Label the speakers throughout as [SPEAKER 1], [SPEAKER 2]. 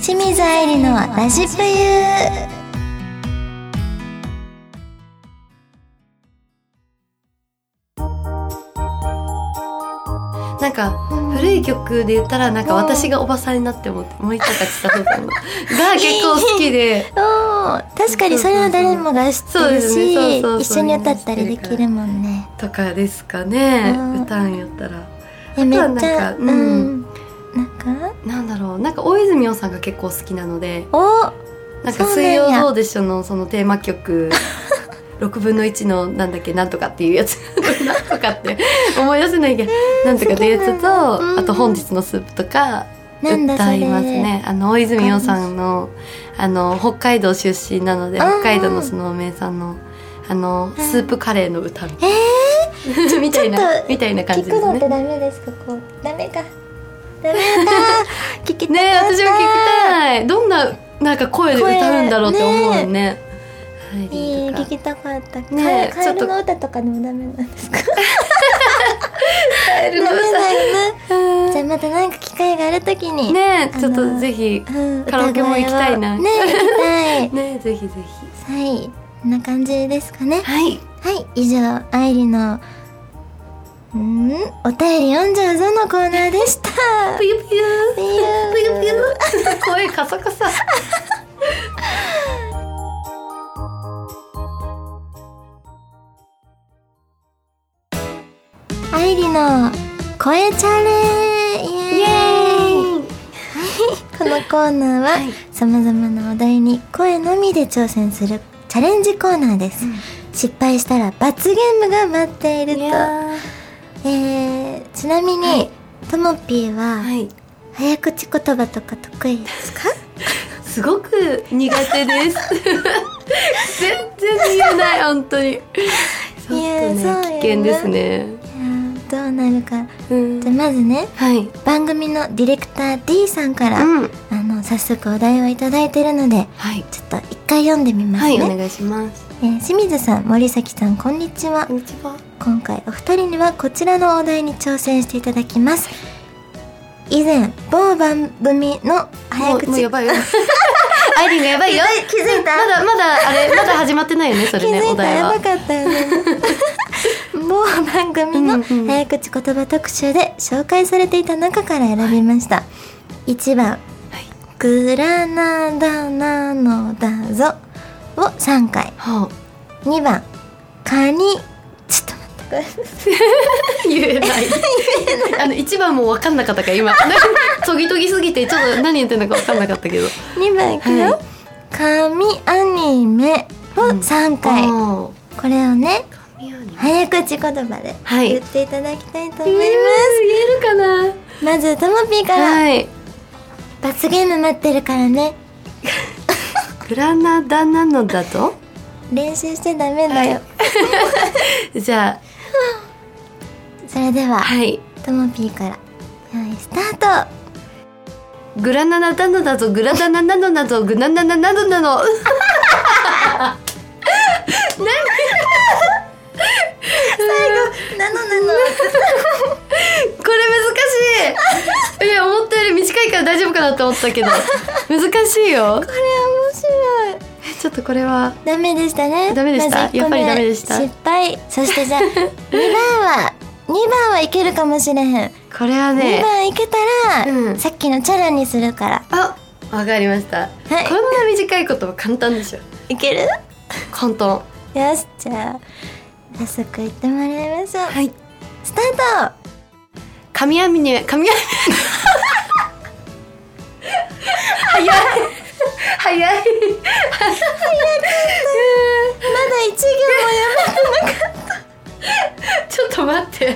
[SPEAKER 1] 清水愛理のラジプユー
[SPEAKER 2] なんか古い曲で言ったらなんか私がおばさんになっても森高千 里さんのが結構好きで
[SPEAKER 1] おー確かにそれは誰もが知ってるし、
[SPEAKER 2] そうですねそうそうそう
[SPEAKER 1] 一緒に歌ったりできるもんね。
[SPEAKER 2] とかですかね
[SPEAKER 1] うん
[SPEAKER 2] 歌うんやったら
[SPEAKER 1] えめっちゃ、
[SPEAKER 2] あとはなんか
[SPEAKER 1] う
[SPEAKER 2] うんん、
[SPEAKER 1] なんか
[SPEAKER 2] なんだろうなんか大泉洋さんが結構好きなので
[SPEAKER 1] お
[SPEAKER 2] なん
[SPEAKER 1] そうな
[SPEAKER 2] か「
[SPEAKER 1] ん
[SPEAKER 2] 水
[SPEAKER 1] や
[SPEAKER 2] 曜どうでしょう」のそのテー マ曲6分の1のなんだっけなんとかっていうやつ なんとかって思い出せないけど、なんとかっていうやつと、
[SPEAKER 1] うんうん
[SPEAKER 2] あと「本日のスープ」とか
[SPEAKER 1] なんだそ
[SPEAKER 2] 歌
[SPEAKER 1] れ。
[SPEAKER 2] いますねあの大泉洋さんのあの北海道出身なので
[SPEAKER 1] うんうん
[SPEAKER 2] 北海道のその名産のあの
[SPEAKER 1] うん
[SPEAKER 2] スープカレーの歌み
[SPEAKER 1] え
[SPEAKER 2] た
[SPEAKER 1] ちょっ
[SPEAKER 2] いみたいな
[SPEAKER 1] と
[SPEAKER 2] みたいな感
[SPEAKER 1] ー、
[SPEAKER 2] じ
[SPEAKER 1] 聞
[SPEAKER 2] で
[SPEAKER 1] く
[SPEAKER 2] す
[SPEAKER 1] のっ
[SPEAKER 2] ね
[SPEAKER 1] て。ダメですかこうダメか。ダメ だ。聞きたかった。
[SPEAKER 2] ねえ私も聞きたいどんななんか声で歌うんだろうって思うねね
[SPEAKER 1] いい
[SPEAKER 2] はい
[SPEAKER 1] 聞きたかった。
[SPEAKER 2] ねえ
[SPEAKER 1] カエル
[SPEAKER 2] ちょっと
[SPEAKER 1] の歌とかでもダメなんですか。
[SPEAKER 2] カエ
[SPEAKER 1] ダメ
[SPEAKER 2] ルの歌
[SPEAKER 1] だよね。
[SPEAKER 2] う ん
[SPEAKER 1] じゃあまたなんか機会があるときに、
[SPEAKER 2] ねえ
[SPEAKER 1] あの
[SPEAKER 2] ちょっとぜひ
[SPEAKER 1] うん、
[SPEAKER 2] カラオケも行きたいな
[SPEAKER 1] 歌声をねえ行きたい。
[SPEAKER 2] ねえぜひぜ
[SPEAKER 1] はい、こんな感じですかね
[SPEAKER 2] ひ。はい
[SPEAKER 1] はい、以上、愛理の、んーお便り読んじゃうぞのコーナーで した。
[SPEAKER 2] ぷゆぷゆ
[SPEAKER 1] ぷゆー
[SPEAKER 2] ぷゆぷゆ 声カサカサ
[SPEAKER 1] 愛理の声チャレイエーイこのコーナーは、
[SPEAKER 2] はい
[SPEAKER 1] 様々なお題に声のみで挑戦するチャレンジコーナーです。
[SPEAKER 2] うん
[SPEAKER 1] 失敗したら罰ゲームが待っていると。
[SPEAKER 2] いや
[SPEAKER 1] えー、ちなみに、
[SPEAKER 2] はい
[SPEAKER 1] ともぴー
[SPEAKER 2] ー
[SPEAKER 1] は、
[SPEAKER 2] はい
[SPEAKER 1] 早口言葉とか得意ですか
[SPEAKER 2] すごく苦手です全然言えない本当にちょっとね
[SPEAKER 1] いやそうよね
[SPEAKER 2] 危険ですね
[SPEAKER 1] いやーどうなるか。
[SPEAKER 2] うん
[SPEAKER 1] じゃあまずね、
[SPEAKER 2] はい
[SPEAKER 1] 番組のディレクター D さんから、
[SPEAKER 2] うん
[SPEAKER 1] あの、早速お題をいただいてるので、
[SPEAKER 2] はい
[SPEAKER 1] ちょっと一回読んでみます
[SPEAKER 2] は
[SPEAKER 1] ね。
[SPEAKER 2] いお願いします
[SPEAKER 1] えー清水さん、森崎さん、こんにちは。
[SPEAKER 2] んにちは
[SPEAKER 1] 今回お二人にはこちらのお題に挑戦していただきます。以前、某番組の早口
[SPEAKER 2] もうもうや ばいよアイリンがやばいよ
[SPEAKER 1] 気づいた
[SPEAKER 2] まだまだあれまだ始まってないよねそれね
[SPEAKER 1] 気づ
[SPEAKER 2] お
[SPEAKER 1] いた
[SPEAKER 2] 題
[SPEAKER 1] や
[SPEAKER 2] は
[SPEAKER 1] ばかったよ ね某番組
[SPEAKER 2] う
[SPEAKER 1] の
[SPEAKER 2] んうん
[SPEAKER 1] 早口言葉特集で紹介されていた中から選びました、1番「グラナダなのだぞ」を3回
[SPEAKER 2] はあ
[SPEAKER 1] 2番「カニ」ちょっと待ってください
[SPEAKER 2] 言えない あの一番も分かんなかったから今とぎとぎすぎてちょっと何言ってんのか分かんなかったけど
[SPEAKER 1] 2番いくよ
[SPEAKER 2] はい
[SPEAKER 1] 「神アニメ」を3回、
[SPEAKER 2] あ
[SPEAKER 1] これをね
[SPEAKER 2] ー神アニメ
[SPEAKER 1] 早口言葉で
[SPEAKER 2] はい
[SPEAKER 1] 言っていただきたいと思い
[SPEAKER 2] 言
[SPEAKER 1] ま
[SPEAKER 2] え
[SPEAKER 1] す、
[SPEAKER 2] るかな
[SPEAKER 1] まずともぴーから、
[SPEAKER 2] はい
[SPEAKER 1] 罰ゲーム待ってるからね
[SPEAKER 2] グラナダなのだと
[SPEAKER 1] 練習してダメだよ、
[SPEAKER 2] じゃ
[SPEAKER 1] それで
[SPEAKER 2] あ
[SPEAKER 1] は
[SPEAKER 2] はい
[SPEAKER 1] ともぴーから用意スタート
[SPEAKER 2] グラナナダのだとグラダナなのだとグナナナなのなの何
[SPEAKER 1] なの なの
[SPEAKER 2] これ難しいいや思ったより短いから大丈夫かなと思ったけど難しいよ
[SPEAKER 1] これ面白い
[SPEAKER 2] ちょっとこれは
[SPEAKER 1] ダメでしたね
[SPEAKER 2] ダメでした
[SPEAKER 1] まず一個目
[SPEAKER 2] やっぱりダメでした
[SPEAKER 1] 失敗そして じゃあ2番は2番はいけるかもしれへん、
[SPEAKER 2] これは
[SPEAKER 1] 2
[SPEAKER 2] ね
[SPEAKER 1] 番いけたら、
[SPEAKER 2] うん
[SPEAKER 1] さっきのチャラにするから
[SPEAKER 2] あわかりました、
[SPEAKER 1] はい
[SPEAKER 2] こんな短いことは簡単でしょ
[SPEAKER 1] いける
[SPEAKER 2] 簡単
[SPEAKER 1] よしじゃあ早速行ってもらいましょう、
[SPEAKER 2] い
[SPEAKER 1] スタート
[SPEAKER 2] 神アニメ神アニメ早い早い
[SPEAKER 1] まだ1行もや
[SPEAKER 2] ちょっと待って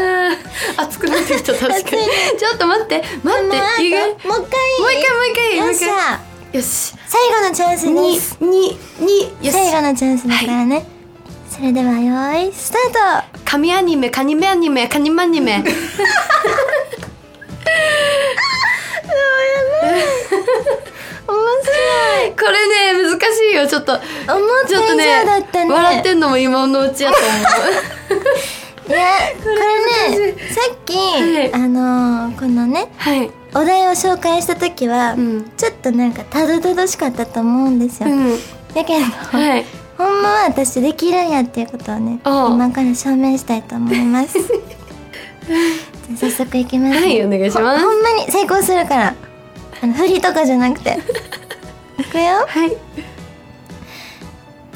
[SPEAKER 2] うん熱くなってきた確かにちょっと待って 待っ
[SPEAKER 1] ば
[SPEAKER 2] て
[SPEAKER 1] い
[SPEAKER 2] 意外
[SPEAKER 1] もう
[SPEAKER 2] もう
[SPEAKER 1] もう一
[SPEAKER 2] 一
[SPEAKER 1] 回
[SPEAKER 2] 回も
[SPEAKER 1] よ
[SPEAKER 2] う一回もう
[SPEAKER 1] っ
[SPEAKER 2] 一
[SPEAKER 1] し
[SPEAKER 2] 回
[SPEAKER 1] ゃ
[SPEAKER 2] よし
[SPEAKER 1] 最後のチャンス
[SPEAKER 2] に
[SPEAKER 1] に
[SPEAKER 2] にによし
[SPEAKER 1] 最後のチャンスだからね、それではよーいスター
[SPEAKER 2] 神アニメカニメアニメカニマアニ メ
[SPEAKER 1] ト面白 い
[SPEAKER 2] これね難しいよちょっと
[SPEAKER 1] 思っ
[SPEAKER 2] ちょっと
[SPEAKER 1] た以
[SPEAKER 2] ね
[SPEAKER 1] 上だったね
[SPEAKER 2] 笑ってんのも今のうちやと思 う
[SPEAKER 1] いやこれ
[SPEAKER 2] これ
[SPEAKER 1] ねさっき、
[SPEAKER 2] はい
[SPEAKER 1] あのーこのね
[SPEAKER 2] はい
[SPEAKER 1] お題を紹介した時は、
[SPEAKER 2] うん
[SPEAKER 1] ちょっとなんかたどたどしかったと思うんですよ、
[SPEAKER 2] うん
[SPEAKER 1] だ けど、
[SPEAKER 2] はい
[SPEAKER 1] ほんまは私できるんやっていうことをね
[SPEAKER 2] おう
[SPEAKER 1] 今から証明したいと思い ますじゃあ早速いきます、
[SPEAKER 2] はいお願いします
[SPEAKER 1] ほほんまに成功するからあの振りとかじゃなく ていくよ
[SPEAKER 2] はい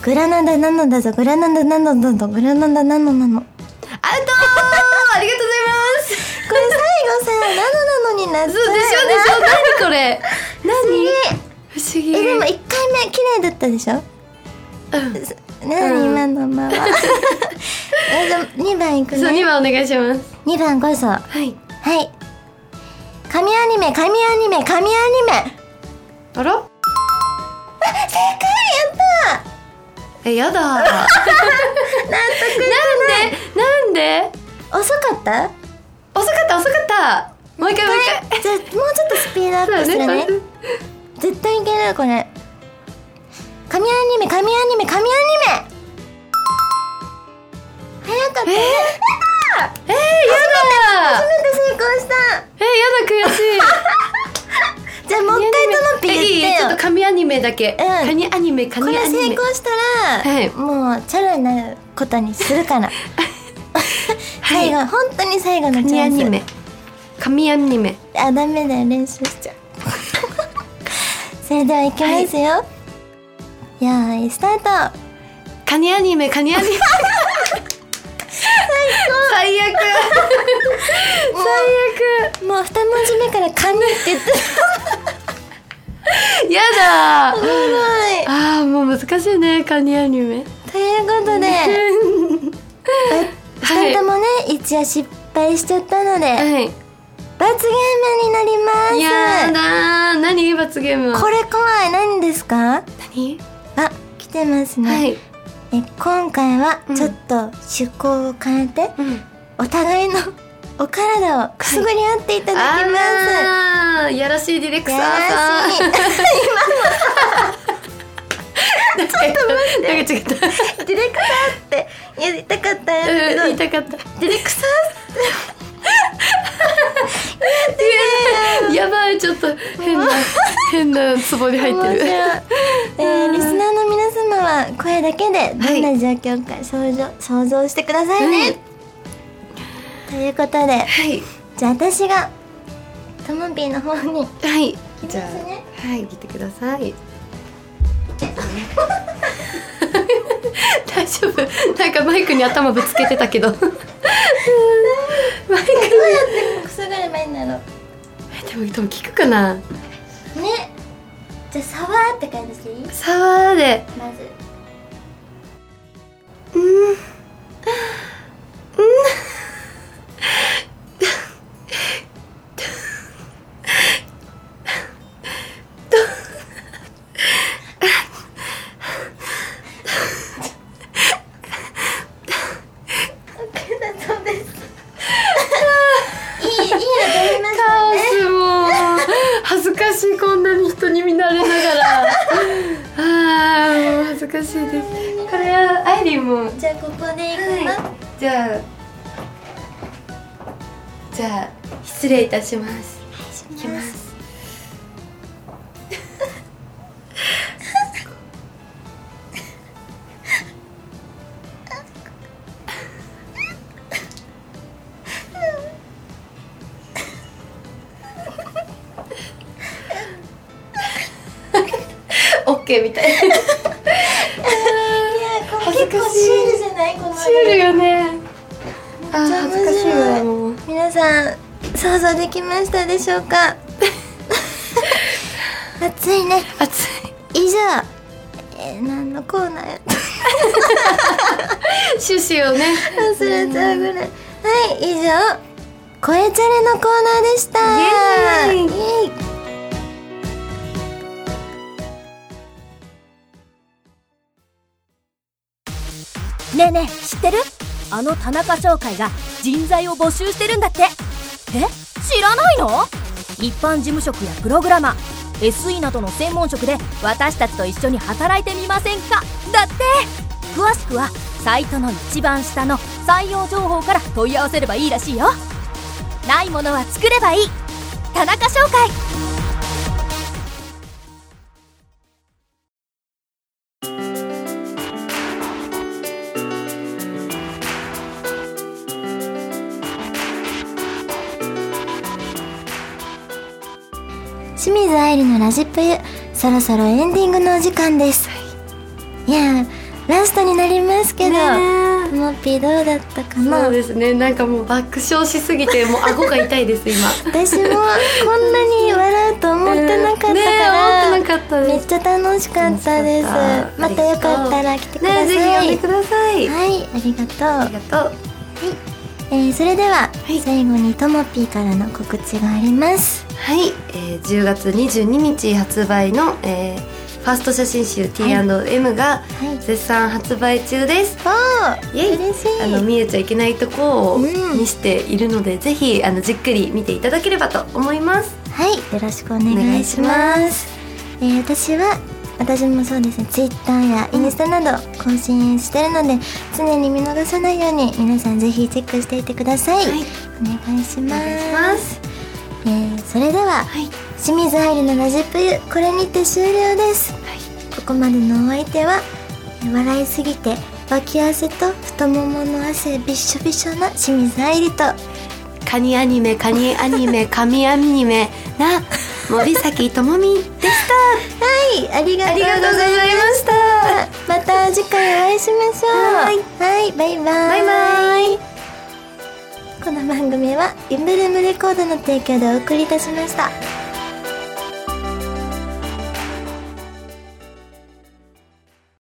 [SPEAKER 1] グラナダなのだぞグラナダなのだぞグラナダなのなのこ
[SPEAKER 2] アウトーありがとうございます
[SPEAKER 1] れ最後さなのなのになっち
[SPEAKER 2] そうでしょでしょ何これ何不思議
[SPEAKER 1] えでも1回目綺麗だったでしょ
[SPEAKER 2] うん
[SPEAKER 1] す何、
[SPEAKER 2] うん
[SPEAKER 1] 今のままえじゃあ2番いく
[SPEAKER 2] そう二
[SPEAKER 1] ね
[SPEAKER 2] 番お願いします
[SPEAKER 1] 2番こそは
[SPEAKER 2] はい
[SPEAKER 1] い神アニメ神アニメ神アニメ
[SPEAKER 2] あ
[SPEAKER 1] 正解
[SPEAKER 2] ら
[SPEAKER 1] やった
[SPEAKER 2] えやだなんでなんで
[SPEAKER 1] ー遅かった
[SPEAKER 2] 遅かった遅かったもう一回もう一回
[SPEAKER 1] じゃあもうちょっとスピードアップするね絶対いけるこれ神アニメ神アニメ神アニメ早かったね、
[SPEAKER 2] えー
[SPEAKER 1] やったー
[SPEAKER 2] えー、やだ
[SPEAKER 1] 初めて成功した
[SPEAKER 2] えー、やだ悔しい
[SPEAKER 1] じゃあもう一回トマピ言ってよ
[SPEAKER 2] えいいちょっと神アニメだけ、うんカニアニメカ
[SPEAKER 1] こ
[SPEAKER 2] ニ
[SPEAKER 1] れ
[SPEAKER 2] アニ
[SPEAKER 1] 成
[SPEAKER 2] メ
[SPEAKER 1] 功したら、
[SPEAKER 2] はい
[SPEAKER 1] もうチャラになることにするから 最後、本当に最後の
[SPEAKER 2] カ
[SPEAKER 1] チ
[SPEAKER 2] ニ
[SPEAKER 1] ャ
[SPEAKER 2] ア
[SPEAKER 1] ンス
[SPEAKER 2] ニメ神アニメ
[SPEAKER 1] あダメだよ練習しちゃう それではいきますよ、よーいスタート
[SPEAKER 2] カニアニメカニア ニメ最悪最
[SPEAKER 1] もう二文字目からカニって言って す
[SPEAKER 2] 悪やだ
[SPEAKER 1] ごい
[SPEAKER 2] あーもう難しいねカニアニメ
[SPEAKER 1] ということで
[SPEAKER 2] は
[SPEAKER 1] 2
[SPEAKER 2] い
[SPEAKER 1] 人ともね一応失敗しちゃったので、
[SPEAKER 2] はい
[SPEAKER 1] 罰ゲームになります
[SPEAKER 2] やだー何罰ゲームは
[SPEAKER 1] これ怖い何ですか
[SPEAKER 2] 何
[SPEAKER 1] あ来てますね、
[SPEAKER 2] はい、
[SPEAKER 1] え今回は
[SPEAKER 2] うん
[SPEAKER 1] ちょっと趣向を変えて、
[SPEAKER 2] うん、
[SPEAKER 1] お互いの お体をくすぐり合っていただきま
[SPEAKER 2] あーやらしいディレク
[SPEAKER 1] す、
[SPEAKER 2] ター
[SPEAKER 1] や
[SPEAKER 2] さ
[SPEAKER 1] ら
[SPEAKER 2] ん
[SPEAKER 1] しい
[SPEAKER 2] なんかなんか違った
[SPEAKER 1] デ ィレクター って言いたかったんやけど、
[SPEAKER 2] うん言いたかった
[SPEAKER 1] ディレクター
[SPEAKER 2] やばいちょっと変 な変なツボに入って
[SPEAKER 1] 面
[SPEAKER 2] る
[SPEAKER 1] 白いえー、リスナーの皆様は声だけでどんな状況か想像,、想像してくださいね、ということで
[SPEAKER 2] はい
[SPEAKER 1] じゃあ私がともぴーの方に
[SPEAKER 2] はい
[SPEAKER 1] きますね
[SPEAKER 2] じゃあはい来てください大丈夫なんかマイクに頭ぶつけてた けどマイク
[SPEAKER 1] どうやってくすぐればいいんだろう
[SPEAKER 2] でもでも聞くかな
[SPEAKER 1] ねじゃあサワーって感じでいい
[SPEAKER 2] さあで
[SPEAKER 1] まず そうですいいいいの撮りました
[SPEAKER 2] カオ
[SPEAKER 1] ね
[SPEAKER 2] スもう恥ずかしいこんなに人に見慣れながらあーもう恥ずかしいですこれはアイリーも
[SPEAKER 1] じゃあここでいくな、
[SPEAKER 2] はい、じゃあじゃあ失礼いたします
[SPEAKER 1] し
[SPEAKER 2] いきますオッケーみたいな
[SPEAKER 1] いやこ
[SPEAKER 2] 恥ず
[SPEAKER 1] れ結
[SPEAKER 2] か
[SPEAKER 1] 構
[SPEAKER 2] しい
[SPEAKER 1] シールじゃないこの
[SPEAKER 2] シュールよねあ
[SPEAKER 1] めっ
[SPEAKER 2] ー
[SPEAKER 1] ちゃ
[SPEAKER 2] 恥ずかしい
[SPEAKER 1] 面白
[SPEAKER 2] わ
[SPEAKER 1] い
[SPEAKER 2] もう
[SPEAKER 1] 皆さん想像できましたでしょうか 暑いね
[SPEAKER 2] 熱い
[SPEAKER 1] 以上、えー何のコーナーやったか
[SPEAKER 2] シュシュをね
[SPEAKER 1] 忘れちゃうぐらいはい以上「声チャレ」のコーナーでした
[SPEAKER 2] イエー
[SPEAKER 1] イエーイ
[SPEAKER 3] ねえねえ知ってるあの田中商会が人材を募集してるんだってえ知らないの一般事務職やプログラマー SE などの専門職で私たちと一緒に働いてみませんかだって詳しくはサイトの一番下の採用情報から問い合わせればいいらしいよないものは作ればいい田中商会
[SPEAKER 1] 清水愛理のラジプユそろそろエンディングのお時間です、い、やーラストになりますけど、
[SPEAKER 2] ね
[SPEAKER 1] モッピーどうだったかな
[SPEAKER 2] そうですねなんかもう爆笑しすぎてもう顎が痛いです今
[SPEAKER 1] 私もこんなに笑うと思ってなかったか
[SPEAKER 2] ね
[SPEAKER 1] ら、
[SPEAKER 2] 思ってなかった
[SPEAKER 1] め
[SPEAKER 2] で
[SPEAKER 1] っ
[SPEAKER 2] す
[SPEAKER 1] ちゃ楽しかったです
[SPEAKER 2] 楽しかった
[SPEAKER 1] またよかったら来てくださ
[SPEAKER 2] ね
[SPEAKER 1] い、
[SPEAKER 2] ぜひ呼んでください、
[SPEAKER 1] はいありがとう
[SPEAKER 2] ありがとう
[SPEAKER 1] えーそれでは、
[SPEAKER 2] い
[SPEAKER 1] 最後にともぴーからの告知があります
[SPEAKER 2] はい、えー10月22日発売の、えーファースト写真集 T&M が
[SPEAKER 1] はい
[SPEAKER 2] 絶賛発売中です、
[SPEAKER 1] お
[SPEAKER 2] イエイ
[SPEAKER 1] 嬉し
[SPEAKER 2] あの
[SPEAKER 1] い
[SPEAKER 2] 見えちゃいけないとこを
[SPEAKER 1] うん
[SPEAKER 2] 見しているので、ぜひあのじっくり見ていただければと思います
[SPEAKER 1] はいよろしくお願いし
[SPEAKER 2] お
[SPEAKER 1] ます
[SPEAKER 2] 願いします
[SPEAKER 1] えー私は私もそうですねツイッターやインスタなど更新してるので常に見逃さないように皆さんぜひチェックしていてください、
[SPEAKER 2] はい
[SPEAKER 1] お願いし
[SPEAKER 2] お
[SPEAKER 1] ま
[SPEAKER 2] 願い
[SPEAKER 1] す
[SPEAKER 2] します
[SPEAKER 1] えーそれでは、
[SPEAKER 2] はい
[SPEAKER 1] 清水愛理のラジプユこれにて終了ですここまでのお相手はえー笑いすぎて脇汗と太ももの汗びっしょびしょな清水愛理と
[SPEAKER 2] カニアニメカニア ニメ神アニメな森崎智美でし
[SPEAKER 1] はいありが
[SPEAKER 2] たあ
[SPEAKER 1] とう
[SPEAKER 2] り
[SPEAKER 1] ご
[SPEAKER 2] がとう
[SPEAKER 1] ざい
[SPEAKER 2] ございました
[SPEAKER 1] ますまた次回お会いしましょう
[SPEAKER 2] はい
[SPEAKER 1] はいバイバイ
[SPEAKER 2] バイバイ
[SPEAKER 1] この番組はインブルームレコードの提供でお送りいたしました。